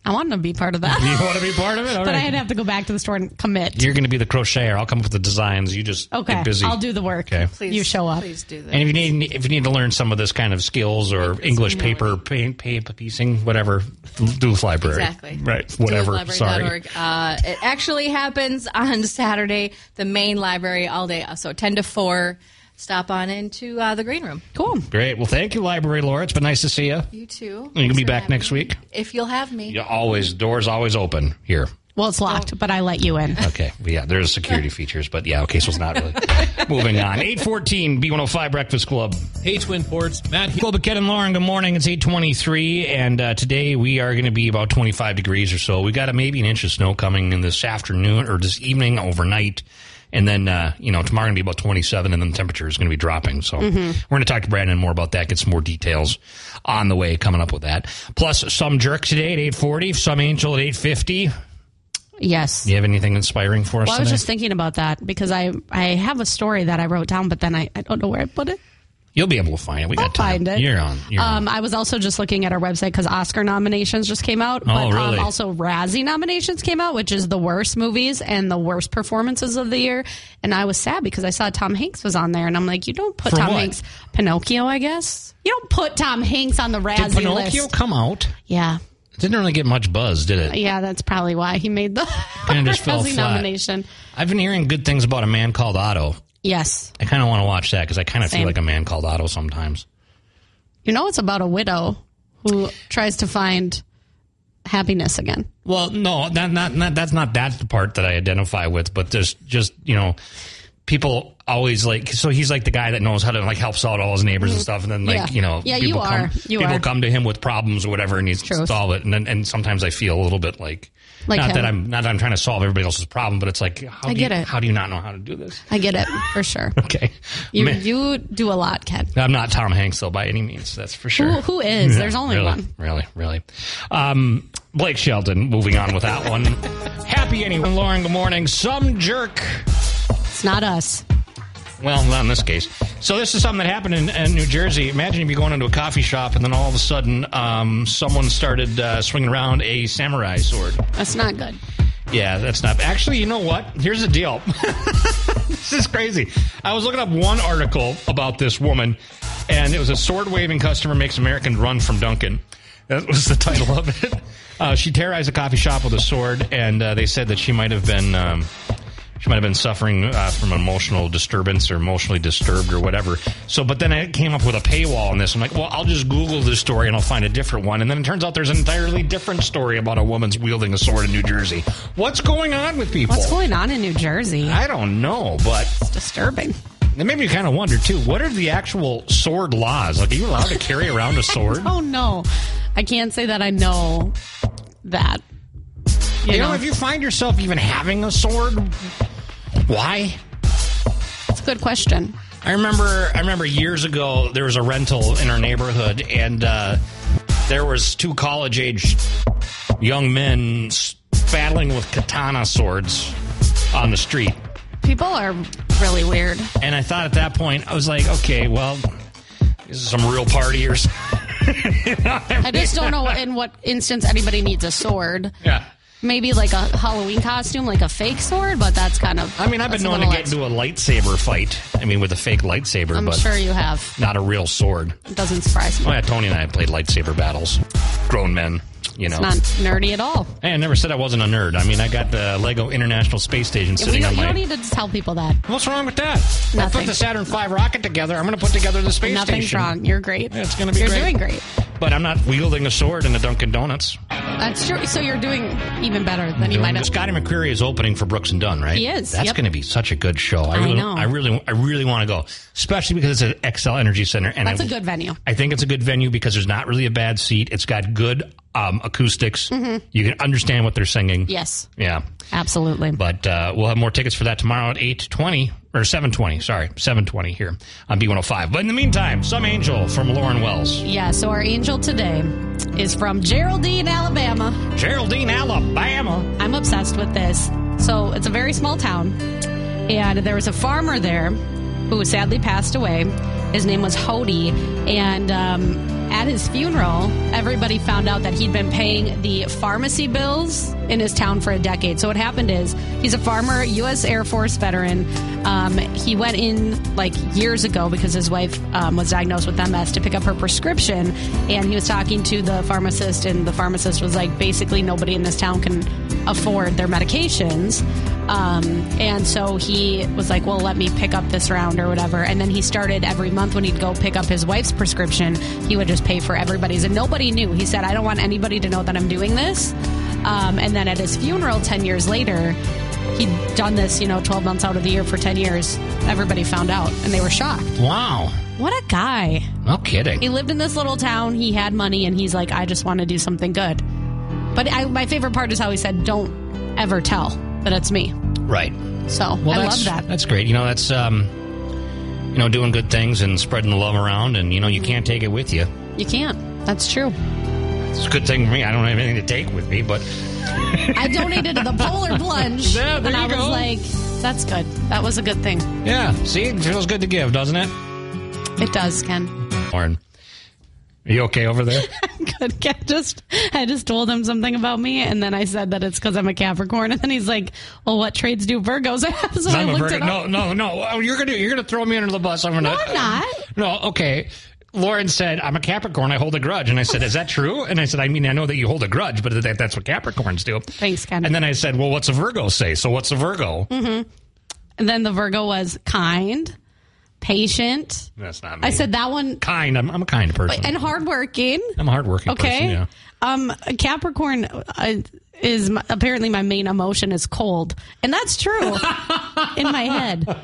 [SPEAKER 1] I want to be part of that.
[SPEAKER 2] you want to be part of it? All
[SPEAKER 1] But
[SPEAKER 2] right.
[SPEAKER 1] I'd have to go back to the store and commit.
[SPEAKER 2] You're gonna be the crocheter. I'll come up with the designs. You just
[SPEAKER 1] okay.
[SPEAKER 2] get busy.
[SPEAKER 1] I'll do the work.
[SPEAKER 2] Okay.
[SPEAKER 6] Please,
[SPEAKER 1] You show up.
[SPEAKER 6] Please do that.
[SPEAKER 2] And if you need if you need to learn some of this kind of skills or English paper paint paper piecing whatever, do with library.
[SPEAKER 6] Exactly.
[SPEAKER 2] Right. Whatever. Sorry.
[SPEAKER 6] Library.org. Uh, it actually happens on Saturday, the main library all day. So 10 to 4, stop on into uh, the green room.
[SPEAKER 1] Cool.
[SPEAKER 2] Great. Well, thank you, Library Laura. It's been nice to see you.
[SPEAKER 6] You too.
[SPEAKER 2] You can
[SPEAKER 6] Thanks
[SPEAKER 2] be
[SPEAKER 6] for
[SPEAKER 2] back
[SPEAKER 6] having
[SPEAKER 2] next
[SPEAKER 6] me.
[SPEAKER 2] week.
[SPEAKER 6] If you'll have me.
[SPEAKER 2] You always doors always open here.
[SPEAKER 1] Well, it's locked, but I let you in.
[SPEAKER 2] Okay. Well, yeah, there's security features, but yeah, okay, so it's not really. Moving on. 814 B105 Breakfast Club.
[SPEAKER 8] Hey, Twin Ports, Matt here.
[SPEAKER 2] Club of Ken and Lauren, good morning. It's 823, and uh, today we are going to be about 25 degrees or so. We got a, maybe an inch of snow coming in this afternoon or this evening, overnight. And then, uh, you know, tomorrow going to be about 27, and then the temperature is going to be dropping. So
[SPEAKER 1] Mm-hmm.
[SPEAKER 2] we're going to talk to Brandon more about that, get some more details on the way coming up with that. Plus, some jerk today at 840, some angel at 850.
[SPEAKER 1] Yes.
[SPEAKER 2] Do you have anything inspiring for us
[SPEAKER 1] Well, I was
[SPEAKER 2] today?
[SPEAKER 1] just thinking about that because I I have a story that I wrote down, but then I, I don't know where I put it.
[SPEAKER 2] You'll be able to find it. We got
[SPEAKER 1] I'll
[SPEAKER 2] time.
[SPEAKER 1] find it.
[SPEAKER 2] You're on. You're on.
[SPEAKER 1] Um, I was also just looking at our website because Oscar nominations just came out.
[SPEAKER 2] Oh, really?
[SPEAKER 1] um, also, Razzie nominations came out, which is the worst movies and the worst performances of the year. And I was sad because I saw Tom Hanks was on there, and I'm like, you don't put
[SPEAKER 2] For
[SPEAKER 1] Tom
[SPEAKER 2] what?
[SPEAKER 1] Hanks, Pinocchio, I guess. You don't put Tom Hanks on the Razzie
[SPEAKER 2] Did Pinocchio
[SPEAKER 1] list.
[SPEAKER 2] come out?
[SPEAKER 1] Yeah,
[SPEAKER 2] It didn't really get much buzz, did it?
[SPEAKER 1] yeah, that's probably why he made the
[SPEAKER 2] Kinda just fell
[SPEAKER 1] Razzie
[SPEAKER 2] flat.
[SPEAKER 1] nomination.
[SPEAKER 2] I've been hearing good things about a man called Otto.
[SPEAKER 1] Yes,
[SPEAKER 2] I kind of want to watch that because I kind of feel
[SPEAKER 1] Same.
[SPEAKER 2] like a man called Otto sometimes.
[SPEAKER 1] you know it's about a widow who tries to find happiness again.
[SPEAKER 2] Well, no, not, not, not, that's not that's the part that I identify with, but just just you know, people always like. So he's like the guy that knows how to like helps out all his neighbors and stuff, and then like
[SPEAKER 1] Mm-hmm. Yeah.
[SPEAKER 2] you know,
[SPEAKER 1] Yeah, you
[SPEAKER 2] people
[SPEAKER 1] are.
[SPEAKER 2] come
[SPEAKER 1] You
[SPEAKER 2] people
[SPEAKER 1] are.
[SPEAKER 2] come to him with problems or whatever, and he
[SPEAKER 1] Truth.
[SPEAKER 2] solve it. And then, and sometimes I feel a little bit like.
[SPEAKER 1] Like
[SPEAKER 2] not
[SPEAKER 1] him.
[SPEAKER 2] that I'm not that I'm trying to solve everybody else's problem, but it's like how
[SPEAKER 1] I
[SPEAKER 2] do
[SPEAKER 1] get
[SPEAKER 2] you,
[SPEAKER 1] it.
[SPEAKER 2] how do you not know how to do this?
[SPEAKER 1] I get it for sure.
[SPEAKER 2] Okay,
[SPEAKER 1] You,
[SPEAKER 2] Man,
[SPEAKER 1] you do a lot, Ken.
[SPEAKER 2] I'm not Tom Hanks though by any means. That's for sure.
[SPEAKER 1] Who, who is? There's
[SPEAKER 2] Yeah,
[SPEAKER 1] only
[SPEAKER 2] really,
[SPEAKER 1] one.
[SPEAKER 2] Really, really. Um, Blake Shelton, moving on with that one. Happy anyway. Lauren, good morning. Some jerk.
[SPEAKER 1] It's not us.
[SPEAKER 2] Well, not in this case. So this is something that happened in, in New Jersey. Imagine if you're going into a coffee shop and then all of a sudden um, someone started uh, swinging around a samurai sword.
[SPEAKER 1] That's not good.
[SPEAKER 2] Yeah, that's not. Actually, you know what? Here's the deal. this is crazy. I was looking up one article about this woman, and it was a sword waving customer makes American run from Duncan. That was the title of it. Uh, she terrorized a coffee shop with a sword, and uh, they said that she might have been. Um, she might have been suffering uh, from emotional disturbance or emotionally disturbed or whatever. So, but then I came up with a paywall on this. I'm like, well, I'll just Google this story and I'll find a different one. And then it turns out there's an entirely different story about a woman's wielding a sword in New Jersey. What's going on with people?
[SPEAKER 1] What's going on in New Jersey?
[SPEAKER 2] I don't know, but
[SPEAKER 1] It's disturbing.
[SPEAKER 2] it made me kind of wonder too. What are the actual sword laws? Like, are you allowed to carry around a sword?
[SPEAKER 1] Oh no, I can't say that I know that. You,
[SPEAKER 2] You
[SPEAKER 1] know,
[SPEAKER 2] know, if you find yourself even having a sword, why?
[SPEAKER 1] it's a good question.
[SPEAKER 2] I remember I remember years ago there was a rental in our neighborhood and uh, there was two college age young men s- battling with katana swords on the street.
[SPEAKER 1] People are really weird.
[SPEAKER 2] And I thought at that point I was like, okay, well, this is some real party or something.
[SPEAKER 1] I just don't know in what instance anybody needs a sword.
[SPEAKER 2] Yeah.
[SPEAKER 1] Maybe like a Halloween costume, like a fake sword, but that's kind of.
[SPEAKER 2] I mean, I've been
[SPEAKER 1] that's a
[SPEAKER 2] known to
[SPEAKER 1] little
[SPEAKER 2] get into a lightsaber fight. I mean, with a fake lightsaber,
[SPEAKER 1] I'm
[SPEAKER 2] but
[SPEAKER 1] sure you have.
[SPEAKER 2] not a real sword.
[SPEAKER 1] It doesn't surprise me.
[SPEAKER 2] Oh yeah, Tony and I played lightsaber battles. Grown men, you know.
[SPEAKER 1] It's not nerdy at all.
[SPEAKER 2] Hey, I never said I wasn't a nerd. I mean, I got the Lego International Space Station
[SPEAKER 1] We
[SPEAKER 2] sitting
[SPEAKER 1] don't,
[SPEAKER 2] on
[SPEAKER 1] you
[SPEAKER 2] my.
[SPEAKER 1] don't need to tell people that.
[SPEAKER 2] What's wrong with that? I put
[SPEAKER 1] Nothing.
[SPEAKER 2] the Saturn V rocket together. I'm going to put together the space
[SPEAKER 1] Nothing's
[SPEAKER 2] station.
[SPEAKER 1] wrong. You're great.
[SPEAKER 2] Yeah, it's gonna be
[SPEAKER 1] You're
[SPEAKER 2] great.
[SPEAKER 1] doing great.
[SPEAKER 2] But I'm not wielding a sword in the Dunkin' Donuts.
[SPEAKER 1] That's true. So you're doing even better than you might have.
[SPEAKER 2] Scotty McCreery is opening for Brooks and Dunn, right?
[SPEAKER 1] He is,
[SPEAKER 2] That's
[SPEAKER 1] yep.
[SPEAKER 2] going to be such a good show. I,
[SPEAKER 1] I
[SPEAKER 2] really,
[SPEAKER 1] know.
[SPEAKER 2] I really, I really want to go, especially because it's at XL Energy Center. And
[SPEAKER 1] That's
[SPEAKER 2] I-
[SPEAKER 1] a good venue.
[SPEAKER 2] I think it's a good venue because there's not really a bad seat. It's got good um, acoustics.
[SPEAKER 1] Mm-hmm.
[SPEAKER 2] You can understand what they're singing.
[SPEAKER 1] Yes,
[SPEAKER 2] Yeah.
[SPEAKER 1] absolutely.
[SPEAKER 2] But uh, we'll have more tickets for that tomorrow at 8.20, or 7.20, sorry, 7.20 here on B105. But in the meantime, Some Angel from Lauren Wells.
[SPEAKER 1] Yeah, so our angel today is from Geraldine, Alabama.
[SPEAKER 2] Geraldine, Alabama.
[SPEAKER 1] I'm obsessed with this. So it's a very small town, and there was a farmer there who sadly passed away. His name was Hody, and um, at his funeral, everybody found out that he'd been paying the pharmacy bills in his town for a decade. So what happened is he's a farmer, U.S. Air Force veteran. Um, he went in like years ago because his wife um, was diagnosed with MS to pick up her prescription, and he was talking to the pharmacist, and the pharmacist was like, basically nobody in this town can afford their medications. Um, and so he was like, well, let me pick up this round or whatever. And then he started every month when he'd go pick up his wife's prescription, he would just pay for everybody's. And nobody knew. He said, I don't want anybody to know that I'm doing this. Um, and then at his funeral 10 years later, he'd done this, you know, 12 months out of the year for 10 years. Everybody found out and they were shocked.
[SPEAKER 2] Wow.
[SPEAKER 1] What a guy.
[SPEAKER 2] No kidding.
[SPEAKER 1] He lived in this little town. He had money, and he's like, I just want to do something good. But I, my favorite part is how he said, "Don't ever tell that it's me."
[SPEAKER 2] right.
[SPEAKER 1] So
[SPEAKER 2] Well,
[SPEAKER 1] I love
[SPEAKER 2] that's,
[SPEAKER 1] that.
[SPEAKER 2] That's great. You know, that's, um, you know, doing good things and spreading the love around, and, you know, you can't take it with you.
[SPEAKER 1] You can't. That's true.
[SPEAKER 2] It's a good thing for me. I don't have anything to take with me, but
[SPEAKER 1] I donated to the Polar Plunge,
[SPEAKER 2] Yeah, there
[SPEAKER 1] and I
[SPEAKER 2] you
[SPEAKER 1] was
[SPEAKER 2] go.
[SPEAKER 1] like, "That's good. That was a good thing."
[SPEAKER 2] yeah, see, it feels good to give, doesn't it?
[SPEAKER 1] It does, Ken.
[SPEAKER 2] Lauren, are you okay over there?
[SPEAKER 1] Good. Ken just I just told him something about me, and then I said that it's because I'm a Capricorn, and then he's like, "Well, what trades do Virgos have?" So I
[SPEAKER 2] I'm a
[SPEAKER 1] looked
[SPEAKER 2] Virgo.
[SPEAKER 1] it up.
[SPEAKER 2] No, no, no. Oh, You're gonna you're gonna throw me under the bus. I'm gonna.
[SPEAKER 1] No, I'm not.
[SPEAKER 2] No, okay. Lauren said, "I'm a Capricorn. I hold a grudge." And I said, "Is that true?" And I said, "I mean, I know that you hold a grudge, but that, that's what Capricorns do."
[SPEAKER 1] Thanks, Ken. Mm-hmm.
[SPEAKER 2] And then I said, "Well, what's a Virgo say?" So what's a Virgo?
[SPEAKER 1] And then the Virgo was kind, patient.
[SPEAKER 2] That's not me.
[SPEAKER 1] I said that one
[SPEAKER 2] kind. I'm, I'm a kind person.
[SPEAKER 1] and hardworking.
[SPEAKER 2] I'm a hardworking person.
[SPEAKER 1] Okay.
[SPEAKER 2] Yeah.
[SPEAKER 1] Um, Capricorn uh, is my, apparently my main emotion is cold, and that's true in my head,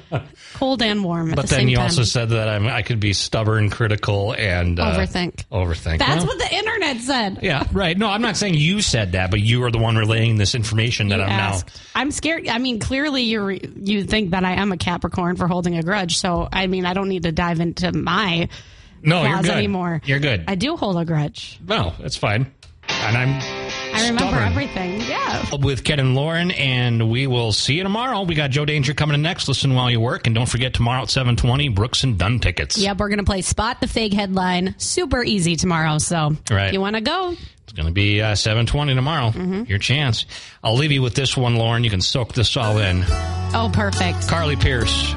[SPEAKER 1] cold and warm. at
[SPEAKER 2] But
[SPEAKER 1] the
[SPEAKER 2] then
[SPEAKER 1] same
[SPEAKER 2] you
[SPEAKER 1] time.
[SPEAKER 2] also said that I'm, I could be stubborn, critical, and uh,
[SPEAKER 1] Overthink.
[SPEAKER 2] Overthink.
[SPEAKER 1] that's
[SPEAKER 2] Well,
[SPEAKER 1] what the internet said.
[SPEAKER 2] Yeah, right. No, I'm not saying you said that, but you are the one relaying this information that
[SPEAKER 1] You
[SPEAKER 2] I'm now.
[SPEAKER 1] asked. I'm scared. I mean, clearly you re- you think that I am a Capricorn for holding a grudge. So I mean, I don't need to dive into my
[SPEAKER 2] No, you're
[SPEAKER 1] claws
[SPEAKER 2] good.
[SPEAKER 1] anymore.
[SPEAKER 2] You're good.
[SPEAKER 1] I do hold a grudge.
[SPEAKER 2] No, that's fine. And I'm.
[SPEAKER 1] I remember
[SPEAKER 2] stubborn.
[SPEAKER 1] everything. Yeah.
[SPEAKER 2] With Ken and Lauren, and we will see you tomorrow. We got Joe Danger coming in next. Listen while you work, and don't forget tomorrow at seven twenty. Brooks and Dunn tickets.
[SPEAKER 1] Yep, we're gonna play spot the fake headline. Super easy tomorrow. So
[SPEAKER 2] Right.
[SPEAKER 1] if you want to go?
[SPEAKER 2] It's going to be uh, seven twenty tomorrow. Your chance. I'll leave you with this one, Lauren. You can soak this all in.
[SPEAKER 1] Oh, perfect.
[SPEAKER 2] Carly Pierce.